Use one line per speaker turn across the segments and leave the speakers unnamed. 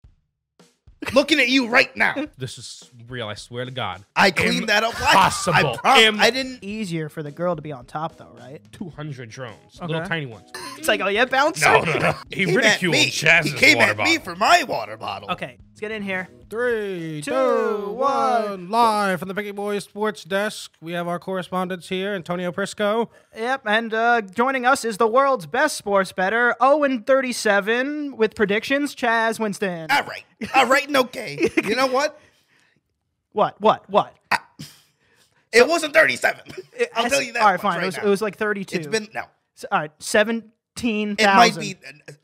looking at you right now.
This is real. I swear to God.
I cleaned that up. live. I,
Impossible.
prom-
Im-
I didn't.
Easier for the girl to be on top, though, right?
200 drones, little
Okay.
tiny ones.
It's like, oh yeah, bouncer.
He
came at
ridiculed
me.
Chaz's
He came
water
at
bottle.
me for my water bottle.
Okay, let's get in here.
Three,
Two,
two, one.
one.
Live from the Biggie Boys Sports Desk. We have our correspondents here, Antonio Prisco.
Yep, and uh, joining us is the world's best sports bettor, Owen thirty seven, with predictions. Chaz Winston.
All right. All right. And okay. You know what?
What? What? What?
It wasn't 37. I'll
Yes.
tell you that.
All right,
much
fine.
Right
it, was,
now.
it was like thirty two.
It's been no.
all right, seventeen
It
thousand.
might be.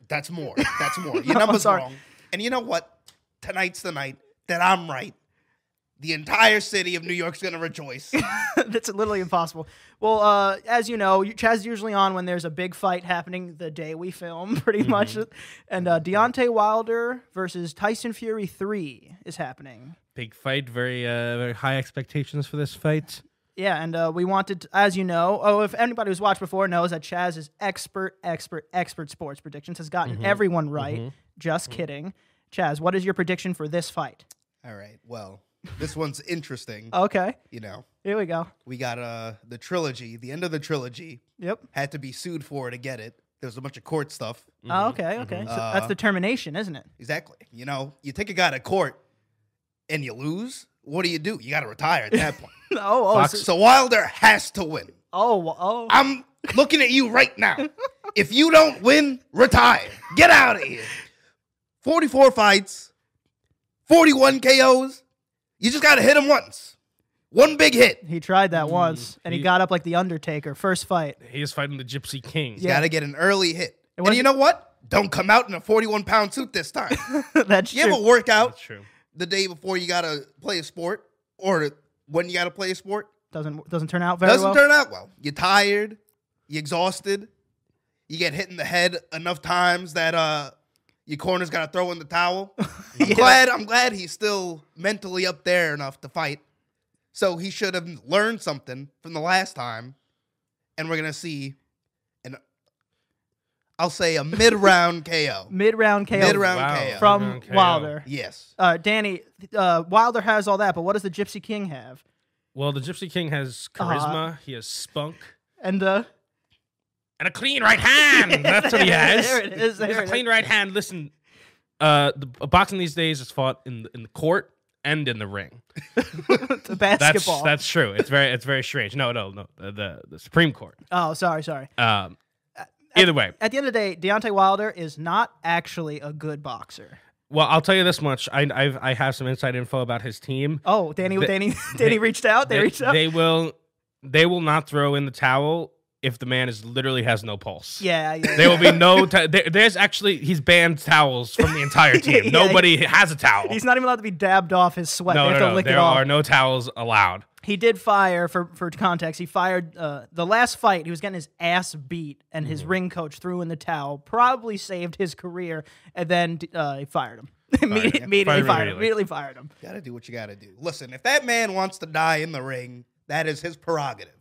That's more. That's more. Your number's
sorry.
wrong. And you know what? Tonight's the night that I'm right. The entire city of New York's gonna rejoice.
That's literally impossible. Well, uh, as you know, you- Chaz's usually on when there's a big fight happening the day we film, pretty much. And uh, Deontay Wilder versus Tyson Fury 3 is happening.
Big fight. Very, uh, very high expectations for this fight.
Yeah, and uh, we wanted, as you know, oh, if anybody who's watched before knows that Chaz is expert, expert, expert sports predictions, has gotten everyone right. Just kidding. Chaz, what is your prediction for this fight?
All right. Well, this one's interesting.
Okay,
you know,
here we go.
we got uh the trilogy. The end of the trilogy
Yep.
had to be sued for to get it. There's a bunch of court stuff.
Oh, okay, okay. So that's the termination, isn't it?
Exactly. You know, you take a guy to court and you lose. What do you do? You got to retire at that point.
Oh, oh, so-
So Wilder has to win.
oh, oh.
I'm looking at you right now. If you don't win, retire. Get out of here. 44 fights, 41 KOs. You just got to hit him once. One big hit.
He tried that once, and he,
he-
got up like the Undertaker. First fight.
He is fighting the Gypsy King.
Yeah.
Got to get an early hit. And
wasn't-
you know what? Don't come out in a 41 pound suit this time.
That's
You ever
true.
work out
That's true.
the day before you got to play a sport or when you got to play a sport?
Doesn't doesn't turn out very
Doesn't
well.
turn out well. You're tired. You're exhausted. You get hit in the head enough times that uh, your corner's got to throw in the towel. I'm glad. I'm glad he's still mentally up there enough to fight. So he should have learned something from the last time, and we're gonna see an I'll say a mid-round KO.
Mid round KO
Mid-round
Wow.
KO.
from
Mid-round KO.
Wilder.
Yes.
Uh, Danny uh, Wilder has all that, but what does the Gypsy King have?
Well, the Gypsy King has charisma. he has spunk.
And uh,
And a clean right hand. That's what he has.
There it is,
He has
there
a
it
clean right hand. Listen, uh, the boxing these days is fought in the, in the court and in the ring.
the
That's
basketball.
that's true. It's very it's very strange. No, no, no. The the, the Supreme Court.
oh, sorry, sorry.
Um,
Uh,
either way,
At the end of the day, Deontay Wilder is not actually a good boxer.
well, I'll tell you this much. I I've, I have some inside info about his team.
Oh, Danny,
They-
Danny, Danny reached out. They, reached out.
they will they will not throw in the towel if the man is literally has no pulse.
yeah, yeah.
There will be no. T- there, there's actually he's banned towels from the entire team.
Yeah,
Nobody has a towel.
He's not even allowed to be dabbed off his sweat.
no,
they
no,
have to
no.
lick
There
it off.
are no towels allowed.
He did fire for for context. He fired uh, the last fight. He was getting his ass beat, and his
Mm-hmm.
ring coach threw in the towel. Probably saved his career, and then uh, he fired him. immediately
him.
immediately
Fired him
fired
immediately.
him. Immediately fired him.
Got to do what you got to do. Listen, if that man wants to die in the ring, that is his prerogative.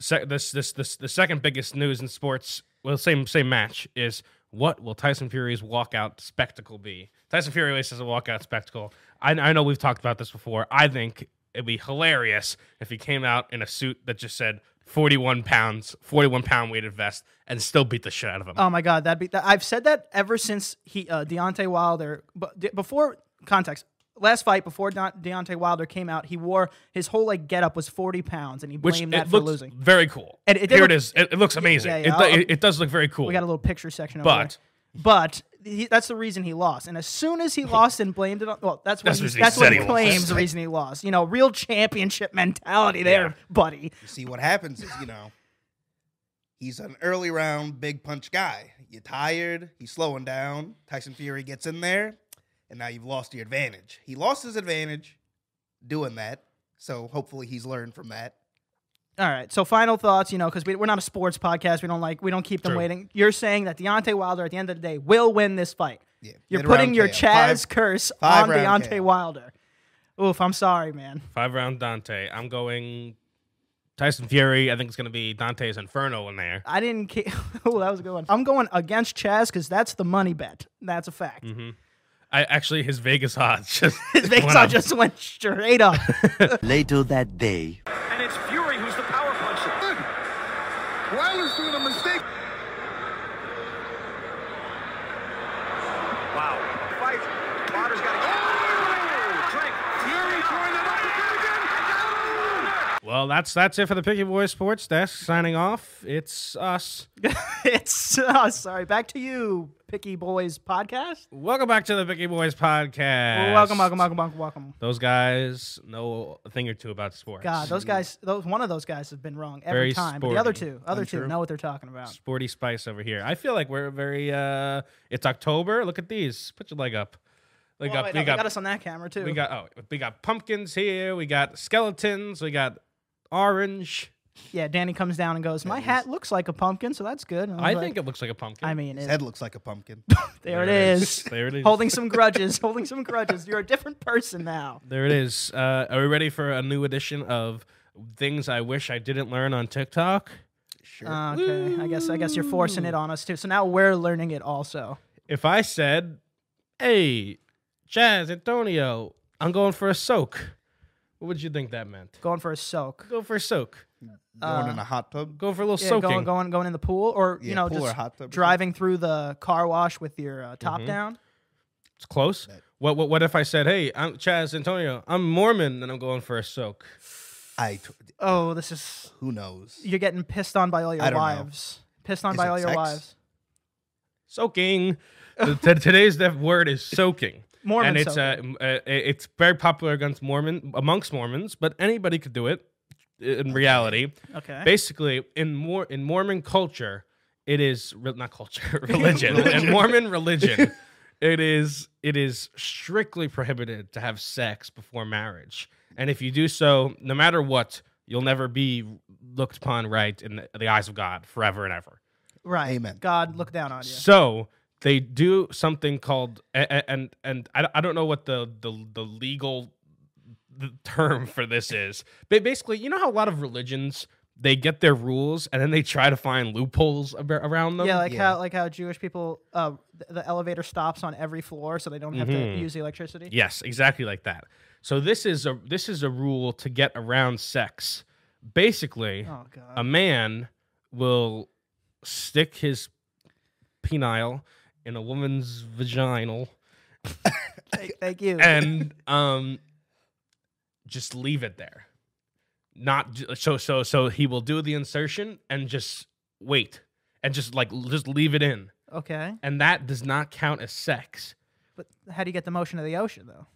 Se- this, this, this, the second biggest news in sports. Well, same same match is what will Tyson Fury's walkout spectacle be? Tyson Fury always has a walkout spectacle. I, I know we've talked about this before. I think it'd be hilarious if he came out in a suit that just said 41 pounds, 41 pound weighted vest, and still beat the shit out of him.
Oh my god, that'd be. That, I've said that ever since he uh, Deontay Wilder. But de- before context, last fight before De- Deontay Wilder came out, he wore his whole like getup was forty pounds, and he
which
blamed
it
that for
looks
looking. losing.
very cool.
And it did
Here
look-
it is. It, it looks amazing.
yeah,
It
yeah,
do-
I'll-
It, it does look very cool.
We got a little picture section over
But-
there. But he, that's the reason he lost. And as soon as he lost and blamed it on, well, that's what
That's
he,
what he
that's
said
what he
he
claims
lost.
the reason he lost. You know, real championship mentality there,
Yeah.
buddy.
You see, what happens is, you know, he's an early round big punch guy. You're tired, he's slowing down. Tyson Fury gets in there, and now you've lost your advantage. He lost his advantage doing that, so hopefully he's learned from that.
All right. So final thoughts, you know, because we, we're not a sports podcast. We don't like we don't keep them
True.
waiting. You're saying that Deontay Wilder at the end of the day will win this fight.
Yeah,
You're
mid-round
putting your
KO.
Chaz
Five-
curse
five
on
round
Deontay
KO.
Wilder. Oof, I'm sorry, man.
Five round Dante. I'm going Tyson Fury. I think it's going to be Dante's Inferno in there.
I didn't.
Mm-hmm.
Ca- oh, that was a good one. I'm going against Chaz because that's the money bet. That's a fact.
I actually his Vegas odds just
Vegas
went
odds
up.
just went straight up.
Later that day,
And it's Fury who's the power puncher.
Wilder's doing a mistake.
Wow. Fight. Wilder's got to get. Drink.
Oh, Fury throwing it up again, again.
Well, that's that's it for the Picky Boy Sports Desk. Signing off. It's us.
it's oh, sorry. Back to you, Picky Boys podcast.
Welcome back to the Picky Boys podcast.
Welcome, welcome, welcome, welcome, welcome.
Those guys know a thing or two about sports.
God, those guys, those one of those guys has been wrong every
Very
time. But the other
sporty.
two, other two know what they're talking about.
Sporty spice over here. I feel like we're very. uh It's October. Look at these. Put your leg up. Leg
Oh,
up.
wait,
we
no, they
got.
us on that camera too.
we got. Oh, we got pumpkins here. We got skeletons. We got orange.
yeah, Danny comes down and goes, "My hat looks like a pumpkin, so that's good." And was
I
like,
think it looks like a pumpkin.
I mean,
His
it,
head looks like a pumpkin.
there, it is.
There it is.
holding some grudges, holding some grudges. You're a different person now.
There it is. Uh, are we ready for a new edition of things I wish I didn't learn on TikTok?
Uh, okay, I guess I guess you're forcing it on us too. So now we're learning it also.
If I said, "Hey, Jazz Antonio, I'm going for a soak," what would you think that meant?
Going for a soak.
Go for a soak.
Going in a hot tub.
Go for a little
Yeah,
soaking.
going going going in the pool or Uh, you
Yeah,
know
pool or
just
hot tub or
driving through the car wash with your uh,
Mm-hmm.
top down.
It's close. What, what what if I said, "Hey, I'm Chaz Antonio. I'm Mormon and I'm going for a soak."
I. T-
Oh, this is
who knows?
you're getting pissed on by all your
I don't know.
wives. Pissed on
Is
by
it
all your
sex?
wives.
Soaking. T- t- today's def- word is soaking.
Mormon
and it's uh, m- uh, it's very popular against Mormon amongst Mormons, but anybody could do it i- in reality.
Okay.
Basically, in more in Mormon culture, it is re- not culture religion. in Mormon religion, it is it is strictly prohibited to have sex before marriage, and if you do so, no matter what, you'll never be looked upon right in the, the eyes of God forever and ever.
right.
Amen.
God look down on you.
So they do something called a- a- and and I I don't know what the the the legal th- term for this is. But basically, you know how a lot of religions they get their rules and then they try to find loopholes ab- around them.
Yeah, like
Yeah.
how like how Jewish people uh, th- the elevator stops on every floor so they don't have to
Mm-hmm.
use the electricity.
Yes, exactly like that. So this is a this is a rule to get around sex. Basically,
Oh god.
a man will stick his penile in a woman's vaginal
Thank, thank you.
and um, just leave it there. Not j- so so so he will do the insertion and just wait and just like l- just leave it in,
okay.
and that does not count as sex.
But how do you get the motion of the ocean though?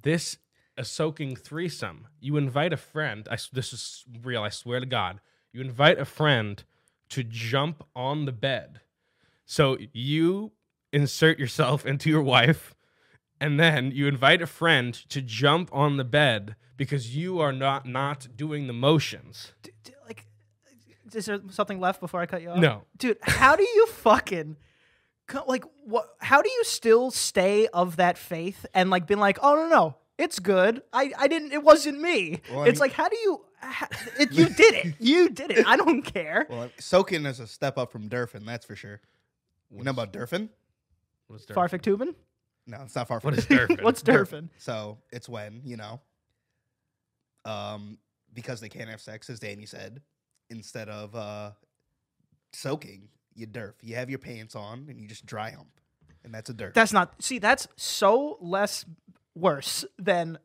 This a soaking threesome. You invite a friend. I s this is real. I swear to God. You invite a friend to jump on the bed. So you insert yourself into your wife, and then you invite a friend to jump on the bed because you are not not doing the motions.
D- d- like, is there something left before I cut you off?
No.
dude. How do you fucking co- like what? How do you still stay of that faith and like been like, oh no no, it's good. I I didn't. It wasn't me.
I
it's
mean-
like how do you? ha it, you did it. You did it. I don't care.
Well, soaking is a step up from Durfin, that's for sure. You know about Durfin?
What is
Farfik Tubin.
No, it's not far from
What is
Durfin.
derfing?
What's Durfin?
So it's when you know, um, because they can't have sex, as Danny said, instead of uh, soaking, you derf. You have your pants on and you just dry hump, and that's a derf.
That's not. See, that's so less worse than.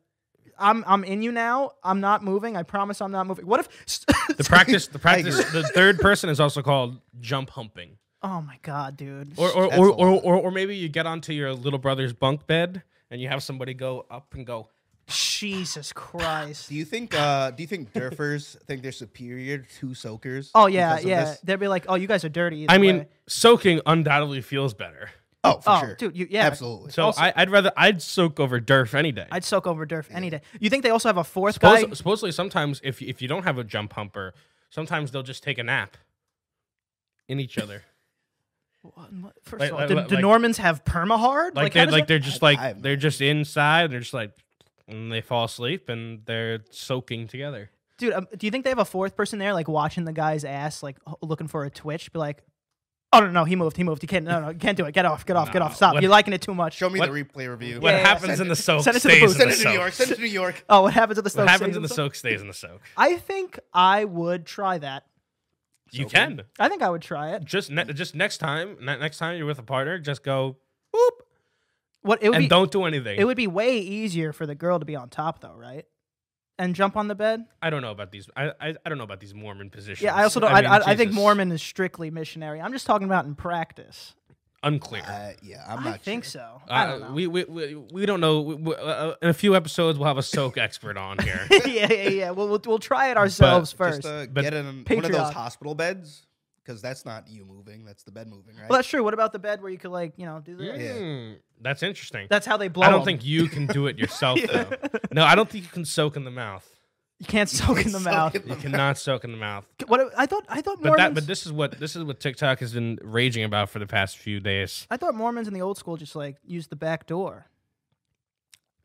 I'm I'm in you now. I'm not moving. I promise I'm not moving. What if?
the practice? The practice. the third person is also called jump humping.
oh my god, dude.
Or or,
That's
or,
a
or,
lot.
or or maybe you get onto your little brother's bunk bed and you have somebody go up and go.
Jesus Christ.
do you think? Uh, do you think derfers think they're superior to soakers?
Oh yeah,
because of
yeah.
this?
They'd be like, "Oh, you guys are dirty." either
I mean,
way."
soaking undoubtedly feels better.
Oh, for
oh,
sure,
dude, you, yeah,
absolutely.
So I, I'd rather I'd soak over Durf any day.
I'd soak over Durf any day. You think they also have a fourth
Suppos-
guy?
supposedly, sometimes if if you don't have a jump humper, sometimes they'll just take a nap in each other.
First
like-
of all,
like-
do,
like-
do
like-
Normans have permahard?
Like they
how does
like
that-
they're just like
I have no
they're just inside. And they're just like and they fall asleep and they're soaking together.
dude. Um, do you think they have a fourth person there, like watching the guy's ass, like h- looking for a twitch? Be like, Oh no, no, he moved. He moved. He can't. No, no, you can't do it. Get off. Get off. Get off. Stop.
What-
You're liking it too much.
Show me
What-
the replay review.
What
yeah, yeah.
happens
Send
in
it-
the soak
send it to the
stays
booth.
in
Send
the
it to New York.
soak.
Send it to New York.
Oh, what happens at the Stoke?
What happens
stays
in the
Stoke?
soak stays in the soak.
I think I would try that.
You can
I think I would try it.
just ne- just next time, ne- next time you're with a partner, just go boop
What it would
and
be?
don't do anything.
it would be way easier for the girl to be on top though, right? And jump on the bed.
I don't know about these. I, I I don't know about these Mormon positions.
Yeah, I also don't. I,
mean,
I, I think
Jesus.
Mormon is strictly missionary. I'm just talking about in practice.
unclear.
Uh, yeah, I'm
I
not
think
sure.
so. I don't
Uh,
know.
we, we, we we don't know. We- we- uh, in a few episodes, we'll have a soak expert on here.
yeah, yeah, yeah. We'll, we'll we'll try it ourselves first.
Just uh,
But-
get in one of
Patreon.
those hospital beds because that's not you moving. That's the bed moving, right?
well, that's true. What about the bed where you could like you know do this?
Yeah.
Hmm, that's interesting.
That's how they blow.
I don't
'em.
think you can do it yourself though. No, I don't think you can soak in the mouth.
you can't soak in the mouth.
You cannot soak in the mouth.
What I thought I thought
But
Mormons.
that but this is what this is what TikTok has been raging about for the past few days.
I thought Mormons in the old school just like used the back door.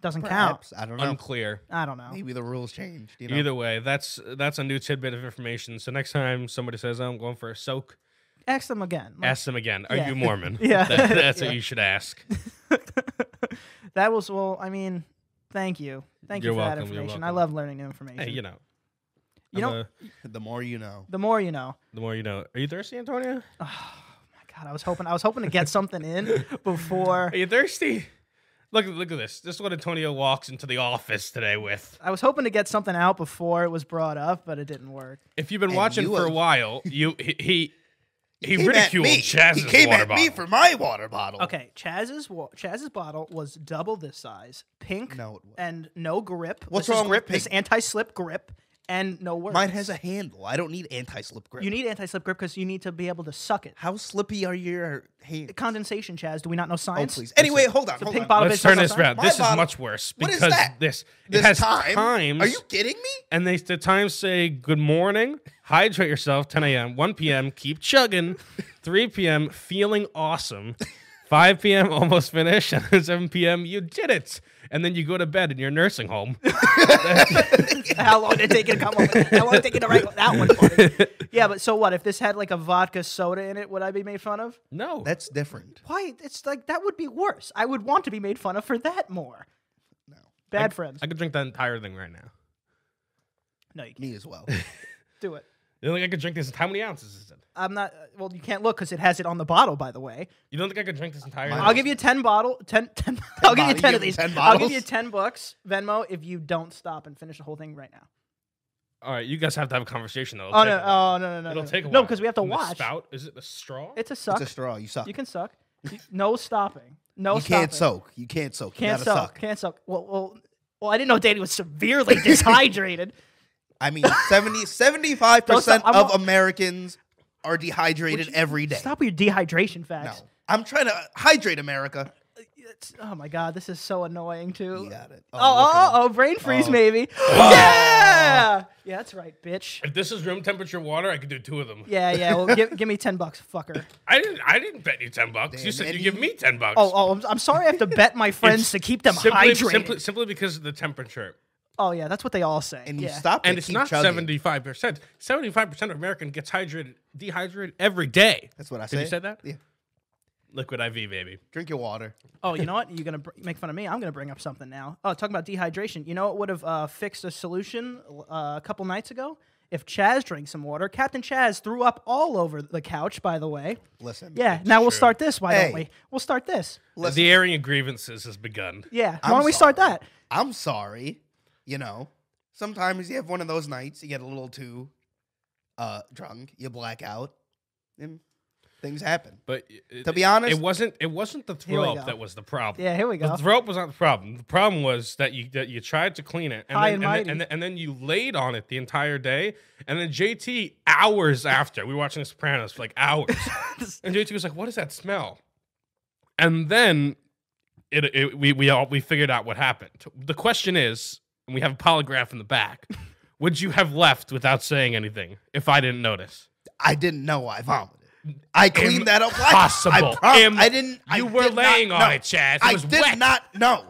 Doesn't count.
Perhaps. I don't know.
Unclear.
I don't know.
Maybe the rules changed. You know?
Either way, that's that's a new tidbit of information. So next time somebody says I'm going for a soak,
Ask them again.
Mm.
Like,
ask them again. Are
Yeah.
you Mormon?
Yeah.
That- that's
Yeah.
what you should ask.
that was well. I mean, thank you, thank you
You're
for that
welcome, you're
information. I
welcome.
love learning new information.
Hey, you know.
You
I'm
know-
a-
The more you know.
the more you know.
the more you know. Are you thirsty, Antonio?
Oh.
My God, I was hoping I was hoping to get something in before.
Are you thirsty? Look, look at this. This is what Antonio walks into the office today with.
I was hoping to get something out before it was brought up, but it didn't work.
If you've been
And
watching
you
for a
have-
while, you he he, he
Came at
ridiculed
me.
Chaz's
He came
water
at
bottle.
me for my water bottle.
Oh.
Okay, Chaz's wa- Chaz's bottle was double this size, pink,
No, it wasn't.
and no grip.
What's
this is
wrong with
grip? This
pink?
anti-slip grip and no words.
Mine has a handle. I don't need anti-slip grip.
You need anti-slip grip because you need to be able to suck it.
How slippy are your hands?
Condensation, Chaz. Do we not know
Oh,
science?
please. Anyway, hold on.
It's a
Hold
pink
on.
bottle.
Let's
bitch,
turn
that's
this
not
around.
My
This is
bottle-
much worse
What
because
is that?
this it
This
has
time?
times.
Are you kidding me?
and they the times say good morning, hydrate yourself, 10 a.m., 1 p.m., keep chugging, 3 p.m., feeling awesome, 5 p.m., almost finished, and 7 p.m., you did it. And then you go to bed in your nursing home.
How long did it take you to come up with that? How long did it take you to write that one? For me? yeah, but so what? If this had like a vodka soda in it, would I be made fun of?
No.
That's different.
Why? It's like that would be worse. I would want to be made fun of for that more.
No.
Bad friends.
I could drink that entire thing right now.
no, you can't
Me as well.
do it.
You don't think I could drink this? How many ounces is it?
I'm not. uh, Well, you can't look because it has it on the bottle. By the way,
You don't think I could drink this entire
Mine-
I'll give you ten bottle. 10 10 I'll give
bottles. You
you ten of
give me
these.
10
I'll give you
bottles?
ten bucks Venmo if you don't stop and finish the whole thing right now.
All right, you guys have to have a conversation, though. It'll
Oh
take
no!
a while.
Oh no! No! No!
It'll
no.
take a while.
No, because we have to
And the
watch.
spout? Is it the straw?
It's a suck.
it's a straw. You suck.
You can suck. You- No stopping. No
You
stopping.
can't soak. You can't soak. You
Can't
gotta
suck.
suck.
Can't suck. Well, well, well. I didn't know Danny was severely dishydrated.
I mean, 70, 75 percent
I'm
of
not-
Americans are dehydrated every day.
Stop with your dehydration
No,
facts.
I'm trying to hydrate America.
It's- oh my god, this is so annoying too.
You got it.
Oh, oh, oh,
look at him.
brain freeze maybe.
Oh.
yeah. Yeah, that's right, bitch.
if this is room temperature water, I could do two of them.
Yeah, yeah. Well, give, give me ten bucks, fucker.
I didn't. I didn't bet you ten bucks.
Damn,
you said you
Eddie.
give me ten bucks.
Oh, oh, I'm, I'm sorry. I have to bet my friends
It's
to keep them
simply,
hydrated.
Simply, simply because of the temperature.
oh yeah, that's what they all say.
And you
yeah.
stop it,
And it's
keep
not
chugging.
seventy-five percent. Seventy-five percent of American gets hydrated, dehydrated every day.
That's what I
Did
said.
you say that?
Yeah.
Liquid IV, baby.
Drink your water.
Oh, you know what? You're gonna br- make fun of me. I'm gonna bring up something now. Oh, talking about dehydration. You know what would have uh, fixed a solution uh, a couple nights ago? If Chaz drank some water. Captain Chaz threw up all over the couch. By the way.
Listen.
Yeah. Now we'll start this. Why don't
Hey.
we? We'll start this.
Listen.
The airing of grievances has begun.
Yeah.
I'm
Why don't we start
sorry.
that?
I'm sorry. You know, sometimes you have one of those nights, you get a little too uh, drunk, you black out, and things happen.
But it,
To be honest-
it wasn't. It wasn't the
Here we
throw
go.
up that was the problem.
Yeah. Here we go.
The throw up was not the problem. The problem was that you that you tried to clean it, and
High
then,
and
and,
mighty.
then, and, then, and then you laid on it the entire day. And then JT, hours after, we were watching The Sopranos for like hours, and JT was like, "What is that smell?" And then it, it we we all we figured out what happened. The question is, and we have a polygraph in the back. would you have left without saying anything if I didn't notice?
I didn't know I vomited. I cleaned that up. like-
Impossible.
I, prom-
Im-
I didn't. I
you were
did not
laying on
know.
it, Chad. It
I
was
did
wet.
not know.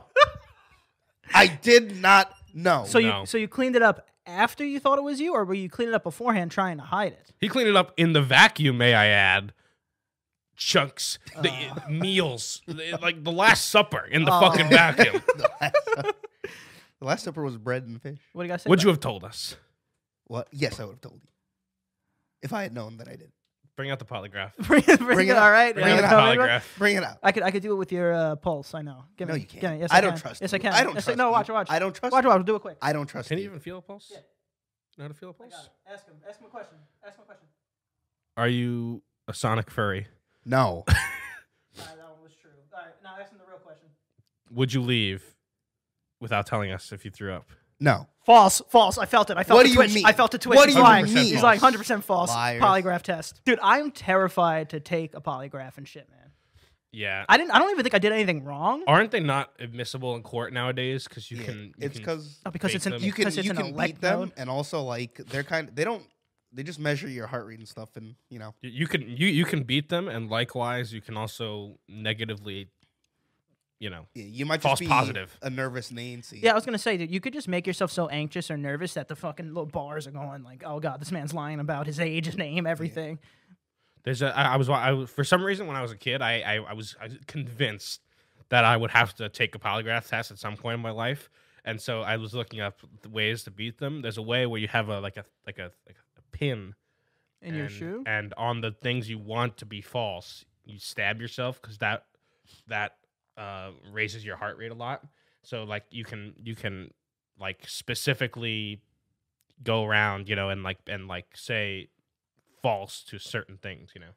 I did not know.
so
no.
you so you cleaned it up after you thought it was you, or were you cleaning it up beforehand trying to hide it?
He cleaned it up in the vacuum, may I add, chunks, the
Ah.
meals, the- like the Last Supper in the fucking vacuum.
The Last Supper was bread and fish.
What do you guys say?
Would you
about
have told us?
What? Yes, I would have told you if I had known that I did.
Bring out the polygraph.
it? bring, it- bring
Bring
it?
it up.
All right.
Bring
Are
out
you
the
coming?
polygraph.
Bring it out.
I could I could do it with your uh, pulse. I know. Give
No,
me,
you can't.
give me- yes,
I don't
can.
trust
Yes, I
you.
can.
I don't
yes,
trust
No,
you.
watch, watch.
I don't trust
Watch,
you.
watch. We'll do it quick.
I don't trust
Can you
you.
even feel a pulse? Know how to feel a pulse?
Ask him. Ask him a question. Ask him a question.
Are you a Sonic furry?
No.
All right, that one was true. All right, now ask him the real question.
Would you leave without telling us if you threw up?
No.
False, false. I felt it. I felt
What
the
do you
twitch.
mean?
I felt the twitch.
What
He's
do you
lying.
mean?
He's like 100% false.
Liars.
Polygraph test. Dude, I'm terrified to take a polygraph and shit, man.
Yeah.
I didn't. I don't even think I did anything wrong.
Aren't they not admissible in court nowadays? Because you
Yeah,
can. you
it's
can
because
Oh, because
fake
it's an-
them.
you can
because it's
you
an
can
elect
beat them,
mode.
and also like they're kind. They don't. They just measure your heart rate and stuff, and you know.
you- you can you you can beat them, and likewise, you can also negatively, you know,
Yeah, you might
False
just be
positive.
a nervous Nancy.
Yeah, I was gonna say, dude, you could just make yourself so anxious or nervous that the fucking little bars are going like, oh god, this man's lying about his age, his name, everything.
There's a I, I was wa- I was- for some reason when I was a kid I I, I was I was convinced that I would have to take a polygraph test at some point in my life, and so I was looking up the ways to beat them. There's a way where you have a like a like a like a pin
In your shoe?
and on the things you want to be false, you stab yourself because that that uh, raises your heart rate a lot. So like you can you can like specifically go around you know and like and like say false to certain things you know.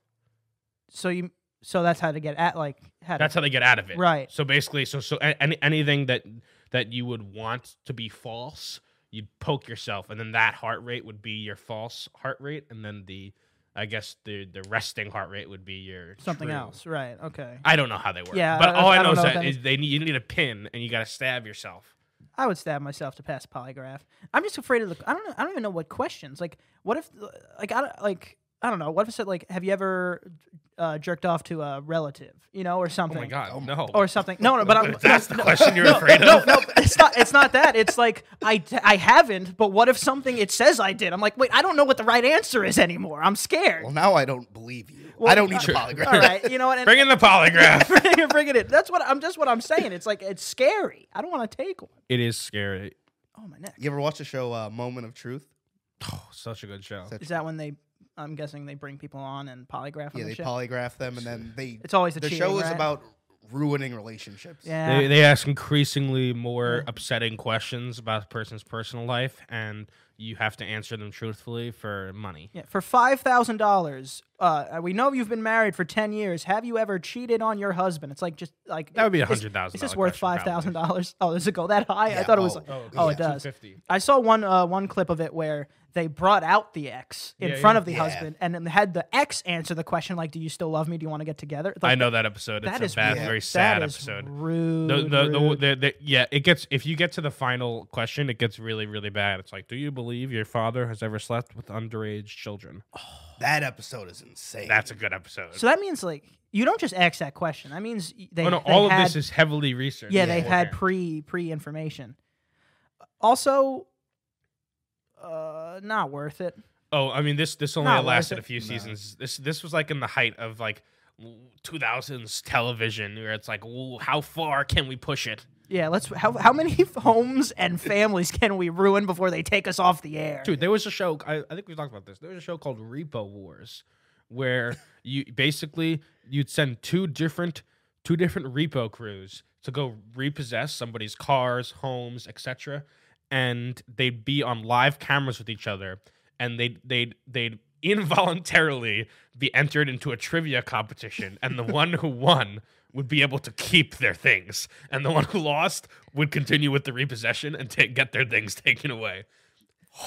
So you, so that's how to get at like how to
That's how they get out of it.
Right.
So basically, so so a- any, anything that that you would want to be false, you'd poke yourself, and then that heart rate would be your false heart rate, and then the, I guess the the resting heart rate would be your
something
true.
else, right? Okay,
I don't know how they work.
Yeah,
But
I-
all
I
I, know
don't
is
know
that
what that
is they need you need a pin, and you got to stab yourself.
I would stab myself to pass polygraph. I'm just afraid of the. I don't know. I don't even know what questions. Like, what if, like, I don't like. I don't know. What if it said like, have you ever uh, jerked off to a relative, you know, or
Oh
something?
my god, no.
Or something. No, no. But I'm,
If that's the question you're afraid of.
no, it's not. It's not that. It's like I, I haven't. But what if something it says I did? I'm like, wait, I don't know what the right answer is anymore. I'm scared.
Well, now I don't believe you.
Well,
I don't need
uh,
a polygraph.
All right, you know what?
Bring in the polygraph.
bring, it- bring it in. That's what I'm. Just what I'm saying. It's like it's scary. I don't want to take one.
it is scary.
Oh my neck.
You ever watch the show uh, Moment of Truth?
Oh, such a good show.
Such-
Is that when they? I'm guessing they bring people on and polygraph
Yeah,
on
they
the show.
polygraph them, and then they.
It's always a
the
cheating,
show is
right?
about ruining relationships.
yeah.
They, they ask increasingly more upsetting questions about a person's personal life, and you have to answer them truthfully for money.
yeah, for five thousand dollars, uh, we know you've been married for ten years. Have you ever cheated on your husband? It's like just like
That would be a
it's-
$100,000
Is this worth
question,
five thousand
probably.
dollars? Oh, does it go that high? I
Yeah,
thought it was.
oh,
like,
oh,
oh,
yeah.
it does.
250.
I saw one uh, one clip of it where they brought out the ex in
Yeah,
front
yeah.
of the
Yeah.
husband and then had the ex answer the question like, "Do you still love me? Do you want to get together?" It's
I
like,
know that episode.
that
it's
is
a bad,
rude.
very sad
that is
episode.
Rude.
The, the, the,
rude.
the, the, yeah, it gets if you get to the final question, it gets really, really bad. It's like, do you believe your father has ever slept with underage children?
That episode is insane.
That's a good episode.
so that means like you don't just ask that question. That means y- they.
oh, no,
they
all
had-
of this is heavily researched.
Yeah, they've had
beforehand.
pre pre information. Also, uh, not worth it.
Oh, I mean this this only
Not worth
lasted a
it.
few seasons. This this was like in the height of like 2000s television where it's like, "Ooh, how far can we push it?
Yeah, let's. How, how many homes and families can we ruin before they take us off the air?
Dude, there was a show. I, I think we talked about this. There was a show called Repo Wars, where you basically you'd send two different two different repo crews to go repossess somebody's cars, homes, etc. And they'd be on live cameras with each other, and they'd they'd they'd involuntarily be entered into a trivia competition, and the one who won would be able to keep their things, and the one who lost would continue with the repossession and take, get their things taken away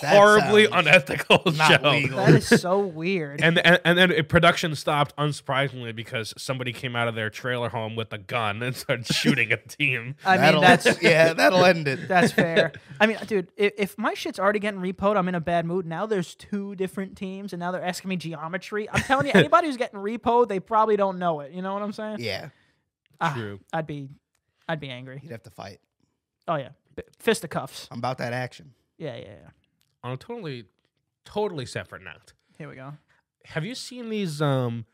That
horribly
sounds
unethical
not
show.
legal.
that is so weird.
And, and and then it, production stopped, unsurprisingly, because somebody came out of their trailer home with a gun and started shooting a team.
I mean,
That'll-
that's
yeah, that'll end it.
that's fair. I mean, dude, if, if my shit's already getting repoed, I'm in a bad mood. Now there's two different teams, and now they're asking me geometry. I'm telling you, anybody who's getting repoed, they probably don't know it. You know what I'm saying?
yeah,
Ah,
True.
I'd be, I'd be angry.
you'd have to fight.
Oh yeah, B- fisticuffs.
I'm about that action.
Yeah, yeah, yeah.
On a totally, totally separate note,
Here we go.
have you seen these um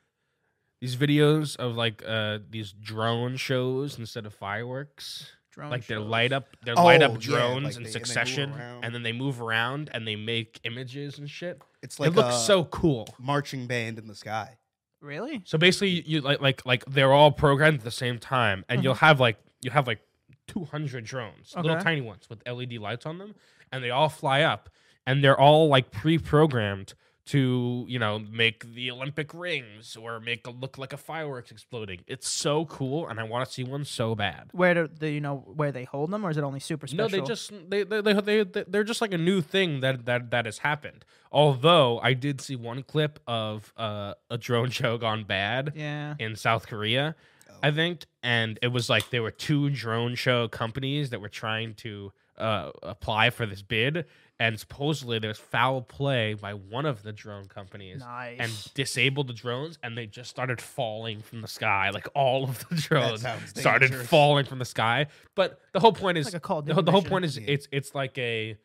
these videos of like uh these drone shows instead of fireworks.
Drone
like they
shows.
light up, they
Oh,
light
yeah,
up
like
drones
they- and they
in
move
succession,
around.
and, then they move around and they make images and shit.
It's like uh,
it looks
a
so cool.
marching band in the sky.
Really?
So basically, you like like like they're all programmed at the same time, and you'll have like you have like two hundred drones,
Mm-hmm. Okay.
little tiny ones with LED lights on them, and they all fly up, and they're all like pre-programmed to you know make the Olympic rings or make it look like a fireworks exploding. It's so cool, and I want to see one so bad.
Where do, do you know where they hold them, or is it only super
No,
special?
they just they they, they they they they're just like a new thing that that that has happened. Although I did see one clip of uh, a drone show gone bad
yeah.
in South Korea,
Oh.
I think, and it was like there were two drone show companies that were trying to uh, apply for this bid, and supposedly there was foul play by one of the drone companies
Nice.
and disabled the drones, and they just started falling from the sky, like all of the drones
sounds
started
dangerous.
falling from the sky. But the whole point is
like a Call of
the,
Duty
the whole
mission.
point is it's it's like a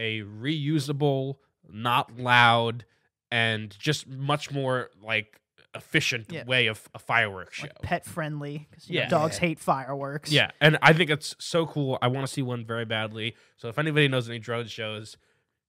a reusable, not loud, and just much more like efficient
Yeah.
way of a fireworks show.
Like pet friendly. 'cause, you know,
Yeah.
dogs hate fireworks.
yeah, and I think it's so cool. I want to see one very badly. So if anybody knows any drone shows,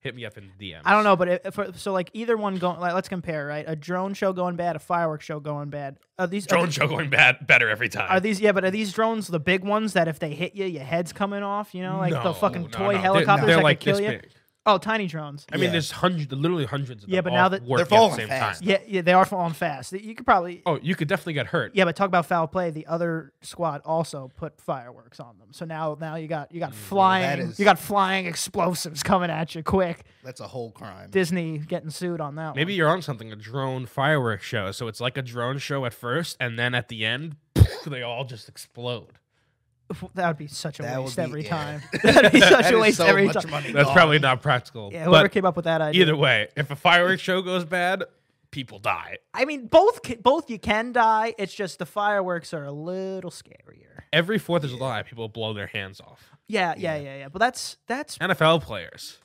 hit me up in the DMs.
I don't know, but if, if- so like either one going. Like, let's compare, right? A drone show going bad, a fireworks show going bad. Are these
Drone
Are,
show going bad better every time.
are these yeah? But are these drones the big ones that if they hit you, your head's coming off? You know, like
No,
the fucking
no,
toy
no. They're-
helicopters
they're
that
like
could kill
this
you.
big.
Oh, tiny drones.
I mean, there's hundreds, literally hundreds of
Yeah,
them
but
all
now that- They're
working at the
falling
same
fast.
time.
Yeah, yeah, they are falling fast. You could probably
Oh, you could definitely get hurt.
Yeah, but talk about foul play. The other squad also put fireworks on them. So now, now you got you got flying,
Mm, is-
you got flying explosives coming at you quick.
That's a whole crime.
Disney getting sued on that.
Maybe you're on something, a drone fireworks show. So it's like a drone show at first, and then at the end, they all just explode.
one. that would be such a
That would
waste
be-
every
yeah.
time. That'd be such
That
a
is
waste
so
every
much
time.
money
That's
gone.
probably not practical.
Yeah, whoever
but
came up with that idea.
either way, if a fireworks show goes bad, people die.
I mean, both ca- both you can die. It's just the fireworks are a little scarier.
Every Fourth of July, people blow their hands off.
Yeah, yeah, yeah, yeah. But that's that's
NFL players.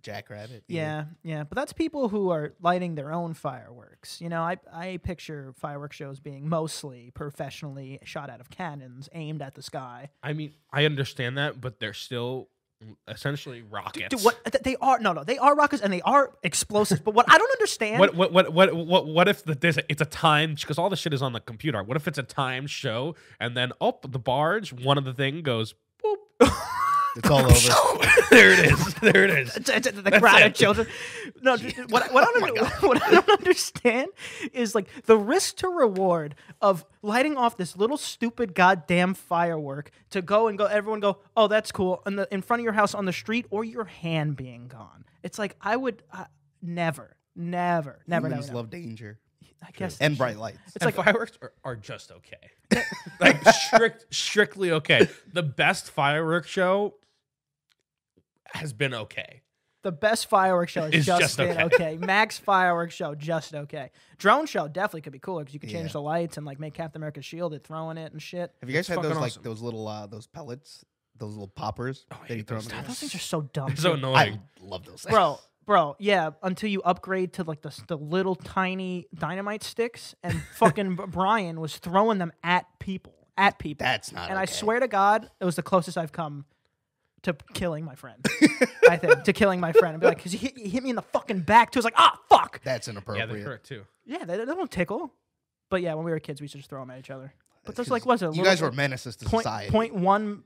Jackrabbit.
Yeah, yeah, but that's people who are lighting their own fireworks. You know, I I picture fireworks shows being mostly professionally shot out of cannons aimed at the sky.
I mean, I understand that, but they're still essentially rockets.
Dude, what th- they are? No, no, they are rockets and they are explosives. but what I don't understand,
What, what what what what what if the, there's a, it's a time because all the shit is on the computer. What if it's a time show and then up the barge one of the thing goes boop.
It's all over.
there it is. There it is.
It's- it's- the crowd of
it.
children. No, d- d- what, what, I don't, what I don't understand is like the risk to reward of lighting off this little stupid goddamn firework to go and go. Everyone go, oh, that's cool, in the in front of your house on the street or your hand being gone. It's like I would uh, never, never, never, never.
Humans
never.
love danger
I guess
and bright lights.
and
It's like
fireworks are, are just okay. like strict, strictly okay. The best fireworks show has been okay.
the best fireworks show is
It's
just,
just
been okay.
okay.
Max fireworks show just okay. Drone show definitely could be cooler because you could change the lights and like make Captain America's shield at throwing it and shit.
Have you guys had
fucking
those
awesome. Oh,
like those little uh, those pellets, those little poppers that you
hate
throw
those
them?
Those things are so dumb.
So
dude.
I
annoying.
love those things.
bro, bro, yeah. Until you upgrade to like the, s- the little tiny dynamite sticks, and fucking B- Brian was throwing them at people, at people.
That's not
And I
okay.
swear to God, it was the closest I've come to p- killing my friend. I think to killing my friend. I'd be like, because he hit, he hit me in the fucking back too. It's like, ah, fuck.
That's
yeah,
inappropriate.
they hurt too.
Yeah, they, they don't tickle. But yeah, when we were kids, we used to just throw them at each other. But those
'Cause
like was it? a
you
little-
guys were menaces to
point
society.
point one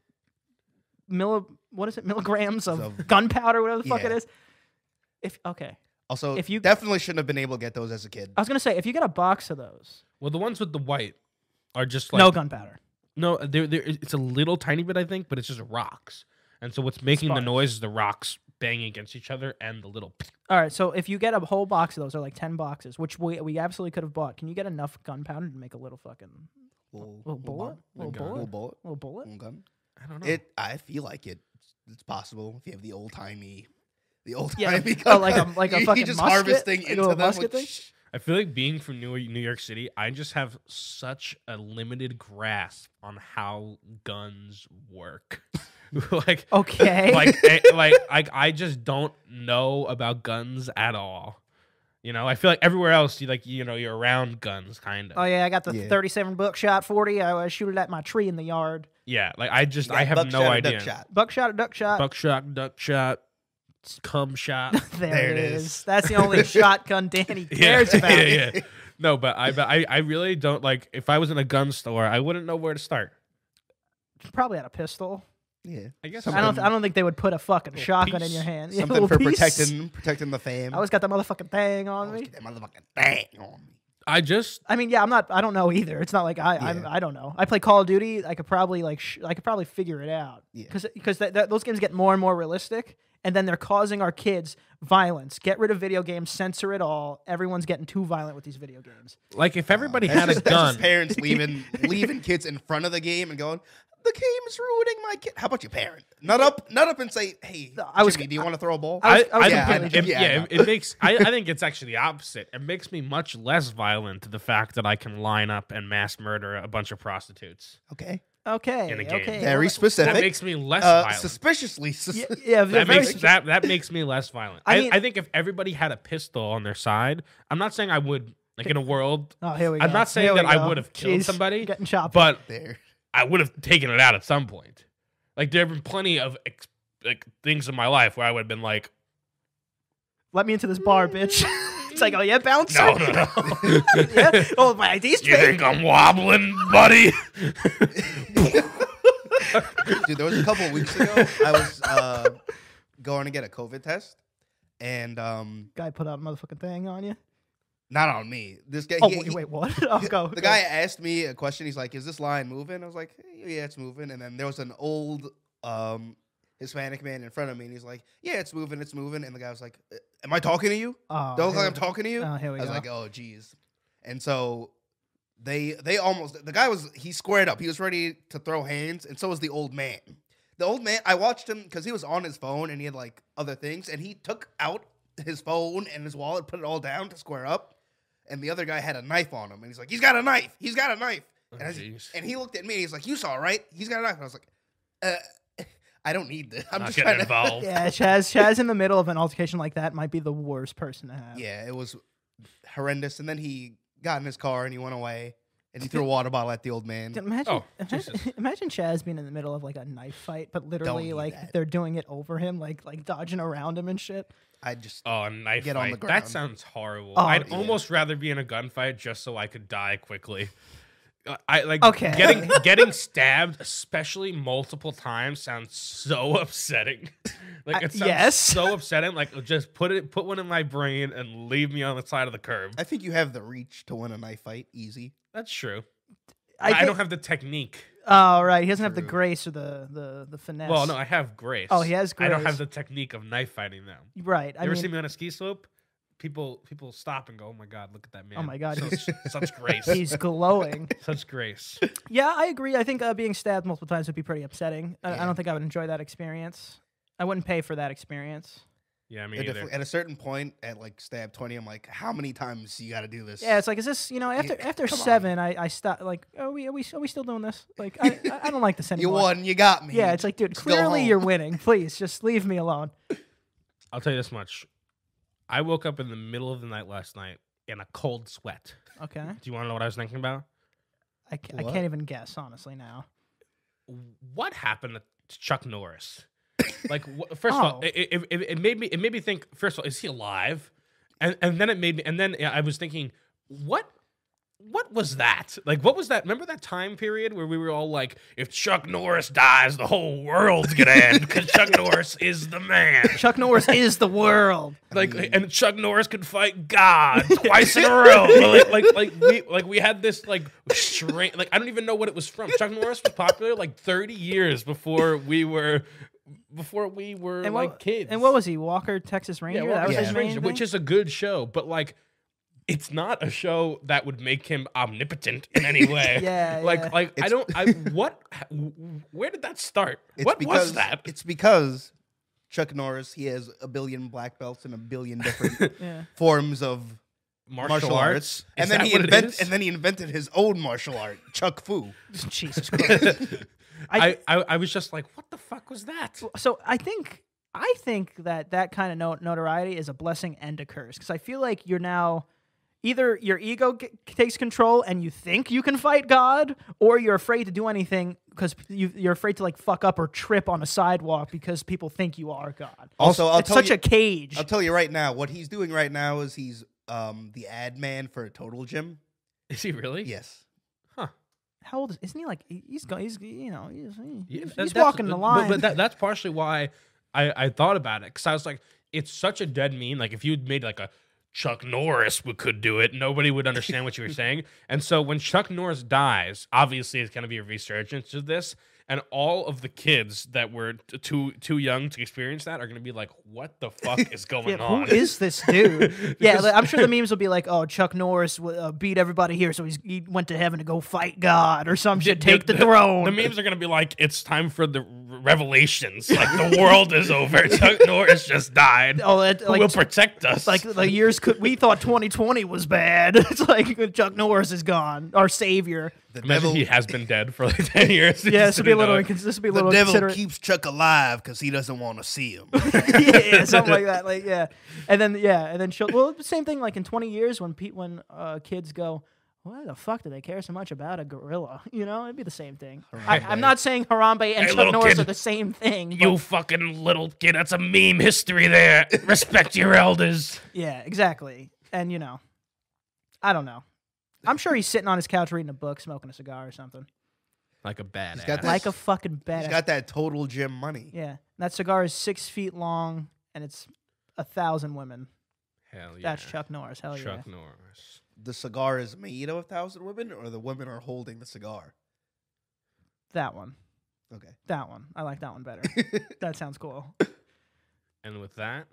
milli what is it milligrams of
Of-
gunpowder whatever the fuck it
Yeah.
is. If okay,
Also,
if
if
you- Uh,
you definitely shouldn't have been able to get those as a kid.
I was gonna say if you get a box of those,
Well, the ones with the white are just like
no gunpowder.
No, there, there. It's a little tiny bit, I think, but it's just rocks. And so what's making the
Sparks.
noise is the rocks banging against each other and the little.
All right, so if you get a whole box of those, or like ten boxes, which we we absolutely could have bought, can you get enough gunpowder to make a little fucking
Little,
little bullet, little
gun.
bullet,
Little bullet.
little bullet?
Little gun.
I don't know.
It. I feel like it. It's possible if you have the old timey, the old
Yeah,
timey.
oh, like a- like a
you,
fucking
you just
musket?
harvesting
Like a
into
little
them.
musket
with-
thing?
I feel like being from New New York City, I just have such a limited grasp on how guns work. like
Okay,
like eh, like I, I just don't know about guns at all You know, I feel like everywhere else, you like you know, you're around guns, kind of.
Oh yeah, I got the
Yeah.
37 buckshot 40. I uh, shoot it at my tree in the yard.
yeah, like I just
Yeah,
I have
buckshot
no
or
idea.
duckshot.
Buckshot or duck shot.
Buckshot, duck shot, cum shot.
there,
There
it
it
is.
is.
That's the only shotgun Danny
yeah,
cares about.
yeah, yeah. No, but I, but I, I really don't like. If I was in a gun store, I wouldn't know where to start.
Probably had a pistol.
Yeah.
I guess
I don't.
Something-
I don't think they would put a fucking shotgun in
piece.
your hand. Yeah,
Something
little
for
piece.
protecting protecting the fam.
I always got the motherfucking thing on
Always
me.
get that motherfucking thing on me.
I just
I mean, yeah, I'm not. I don't know either. It's not like I. I'm,
Yeah.
I don't know. I play Call of Duty. I could probably like. Sh- I could probably figure it out.
Yeah.
Because those games get more and more realistic, and then they're causing our kids violence. Get rid of video games. Censor it all. Everyone's getting too violent with these video games.
like if everybody
That's
had
just,
a
that's
gun.
just parents leaving leaving kids in front of the game and going, the game's ruining my kid. How about your parent? Nut up, nut up, and say, hey,
I was-
Jimmy, do you want to throw a ball?
I was- I was
don't-
completely
it-
joking.
yeah,
Yeah, I
it- it makes. I, I think it's actually the opposite. It makes me much less violent to the fact that I can line up and mass murder a bunch of prostitutes.
okay,
Okay.
In a game.
Okay.
very
well,
specific.
That makes me less
uh,
violent.
suspiciously. Sus-
Yeah. yeah
that
very
makes
spe-
that that makes me less violent.
I
I,
mean-
I think if everybody had a pistol on their side, I'm not saying I would like in a world.
Oh, here we go.
I'm not saying
Here we
that I
go.
would have killed
Jeez,
somebody,
Getting chopped.
but
there.
I would have taken it out at some point. Like there have been plenty of ex- like things in my life where I would have been like,
Let me into this bar, bitch. it's like, oh yeah, bouncer.
no, no, no.
yeah. Oh, my ID's
you
fake.
think I'm wobbling, buddy?
Dude, there was a couple of weeks ago, I was uh, going to get a COVID test, and um,
Guy put out a motherfucking thing on you.
not on me. This guy.
Oh
he-
wait,
he-
wait, what? Oh, go.
the
go.
guy asked me a question. He's like, "Is this line moving?" I was like, "Yeah, it's moving." And then there was an old um, Hispanic man in front of me, and he's like, "Yeah, it's moving, it's moving." And the guy was like, "Uh, "Am I talking to you?
Oh,
Don't look
here
like I'm
we-
talking to you."
Oh,
I
here we
was
go.
like, "Oh, geez." And so they they almost the guy was he squared up. He was ready to throw hands, and so was the old man. The old man, I watched him because he was on his phone and he had like other things, and he took out his phone and his wallet, put it all down to square up and the other guy had a knife on him, and he's like, "He's got a knife. He's got a knife." and, I was-
Oh, jeez.
and he looked at me, and he's like, "You saw right? He's got a knife." And I was like, uh, "I don't need this. I'm
not
just trying
getting
to."
involved.
yeah, Chaz. Chaz in the middle of an altercation like that might be the worst person to have.
Yeah, it was horrendous. And then he got in his car and he went away, and he threw a water bottle at the old man.
Imagine,
Oh,
imagine,
Jesus.
imagine Chaz being in the middle of like a knife fight, but literally
need
like
that.
they're doing it over him, like like dodging around him and shit.
I just
Oh, a knife
Get
fight.
on the
That
ground.
sounds horrible.
Oh,
I'd
yeah.
almost rather be in a gunfight just so I could die quickly. Uh, I like
Okay.
getting getting stabbed, especially multiple times, sounds so upsetting. Like
I-
it sounds
Uh, yes.
so upsetting. Like just put it, put one in my brain and leave me on the side of the curb.
I think you have the reach to win a knife fight easy.
That's true.
I,
I,
thi-
don't have the technique.
Oh right, he doesn't have the
True.
grace or the the the finesse.
Well, no, I have grace.
Oh, he has
I don't
grace.
have the technique of knife fighting them.
right. I
you ever
mean,
see me on a ski slope? People, people stop and go, "Oh my god, look at that man!
my God,
such, such grace,
he's glowing.
such grace."
Yeah, I agree. I think uh, being stabbed multiple times would be pretty upsetting. I, I don't think I would enjoy that experience. I wouldn't pay for that experience.
Yeah, me
At
either.
a, at a certain point, at like stab twenty, I'm like, "How many times you got to do this?"
Yeah, it's like, is this you know after
Yeah,
after
come on.
seven, I I stop like are we are we are we still doing this? Like I I- I don't like this
you
anymore.
won, you got me.
Yeah, it's like, dude,
Let's go
clearly
home.
you're winning. Please just leave me alone.
I'll tell you this much: I woke up in the middle of the night last night in a cold sweat.
Okay,
Do you want to know what I was thinking about?
I, ca- I
What?
can't even guess honestly now.
What happened to Chuck Norris? Like, wh- first of
Oh.
all, it, it, it, it made me it made me think. First of all, is he alive? And and then it made me and then I was thinking, what what was that? Like, what was that? Remember that time period where we were all like, if Chuck Norris dies, the whole world's gonna end because Chuck Norris is the man.
Chuck Norris is the world.
Like and Chuck Norris could fight God twice in a row. Like like like we like we had this like strange like I don't even know what it was from. Chuck Norris was popular like 30 years before we were before we were
And what,
like kids.
and what was he? Walker Texas Ranger.
yeah, Walker
that was his
Yeah.
Texas
main
Ranger,
thing?
which is a good show, but like it's not a show that would make him omnipotent in any way.
Yeah,
like
yeah.
like I
It's-
don't I what where did that start?
It's
what
because,
was that?
It's because Chuck Norris he has a billion black belts and a billion different
Yeah.
forms of
martial, arts. Is
and then
that
he
what it
invent,
is?
and then he invented his own martial art, Chuck Fu.
Jesus Christ.
I, I, I was just like, what the fuck was that?
so I think I think that that kind of no- notoriety is a blessing and a curse because I feel like you're now either your ego g- takes control and you think you can fight God, or you're afraid to do anything because you, you're afraid to like fuck up or trip on a sidewalk because people think you are God.
Also, I'll
it's
tell
such
you-
a cage.
I'll tell you right now, what he's doing right now is he's um, the ad man for Total Gym.
Is he really?
Yes.
How old is? Isn't he like he- he's going? He's you know he's, he-
Yeah,
he's,
that-
he's
that's-
walking the
but-
line.
But that, that's partially why I, I thought about it because I was like, it's such a dead meme. Like if you'd made like a Chuck Norris we could do it, nobody would understand what you were saying. And so when Chuck Norris dies, obviously it's going to be a resurgence of this. And all of the kids that were t- too too young to experience that are going to be like, "What the fuck is going
Yeah,
on?"
Who is this dude? yeah, like, I'm sure the memes will be like, "Oh, Chuck Norris w- uh, beat everybody here, so he's, he went to heaven to go fight God or some shit, take the, throne."
The memes are going to be like, "It's time for the r- revelations. Like the world is over. Chuck Norris just died.
oh, that,
Who will
like,
protect us?"
like the years could we thought 2020 was bad. it's like Chuck Norris is gone, our savior.
The
Imagine
devil,
he has been dead for like ten years.
Yeah, this would be a little.
He just
Incons- this would be a
the
little.
devil
considerate.
keeps Chuck alive because he doesn't want to see him.
yeah, something like that. Like yeah, and then yeah, and then she'll. Well, the same thing. Like in twenty years, when pe- when uh, kids go, why the fuck do they care so much about a gorilla? You know, it'd be the same thing. I, I'm not saying Harambe and
Hey,
Chuck
little
Norris
kid.
are the same thing.
didn't know it.
but-
you fucking little kid. That's a meme history there. Respect your elders.
yeah, exactly. And you know, I don't know. I'm sure he's sitting on his couch reading a book, smoking a cigar or something,
Like a badass.
got that-
like a fucking
he's
badass.
got that Total Gym money.
yeah, that cigar is six feet long and it's a thousand women.
Hell yeah.
That's Chuck Norris. Hell yeah.
Chuck Norris.
The cigar is made of a thousand women, or the women are holding the cigar.
That one.
Okay.
That one. I like that one better. that sounds cool.
And with that,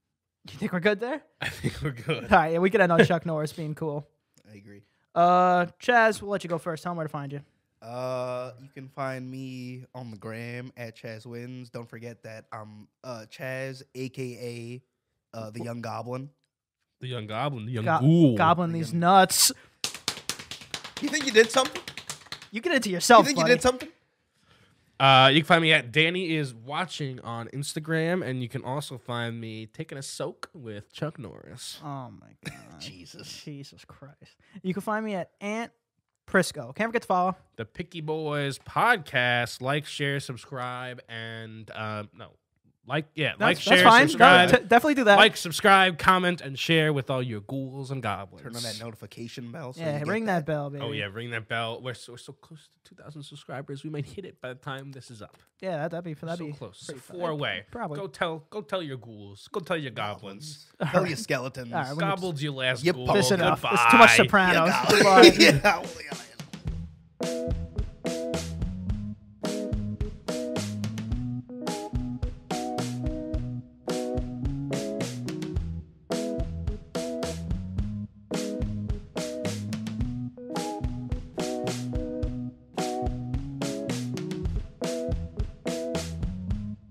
You think we're good there?
I think we're
All
good.
right, yeah, we could end on Chuck Norris being cool.
I agree.
Uh, Chaz, we'll let you go first. Tell him where to find you.
Uh, you can find me on the gram at Chaz Wins. Don't forget that I'm uh, Chaz, aka uh, the Young Goblin.
The young goblin. The young
Go-
ghoul.
Goblin these nuts.
You think you did something?
You get it to
You
yourself,
think
buddy.
you did something?
Uh, you can find me at Danny is watching on Instagram, and you can also find me taking a soak with Chuck Norris.
oh my god,
Jesus.
Jesus Christ! You can find me at Ant Prisco. Can't forget to follow.
The Picky Boys podcast. Like, share, subscribe, and um, no, like yeah, like,
That's,
share,
that's fine.
subscribe.
No, t- definitely do that.
like, subscribe, comment, and share with all your ghouls and goblins.
Turn on that notification bell. So
yeah,
you get
ring that. bell, baby.
Oh yeah, ring that bell. We're so, we're so close to 2,000 subscribers. We might hit it by the time this is up.
yeah. That, that'd be that'd
so
be
close. So
pretty fun.
Four away.
Probably.
Go tell. Go tell your ghouls. Go tell your goblins.
Tell your skeletons.
All right, we-
Gobbled your last
Yep.
ghoul.
uh,
This
That's enough.
Goodbye.
It's too much Sopranos.
Yeah,
Goodbye.
goblin. yeah.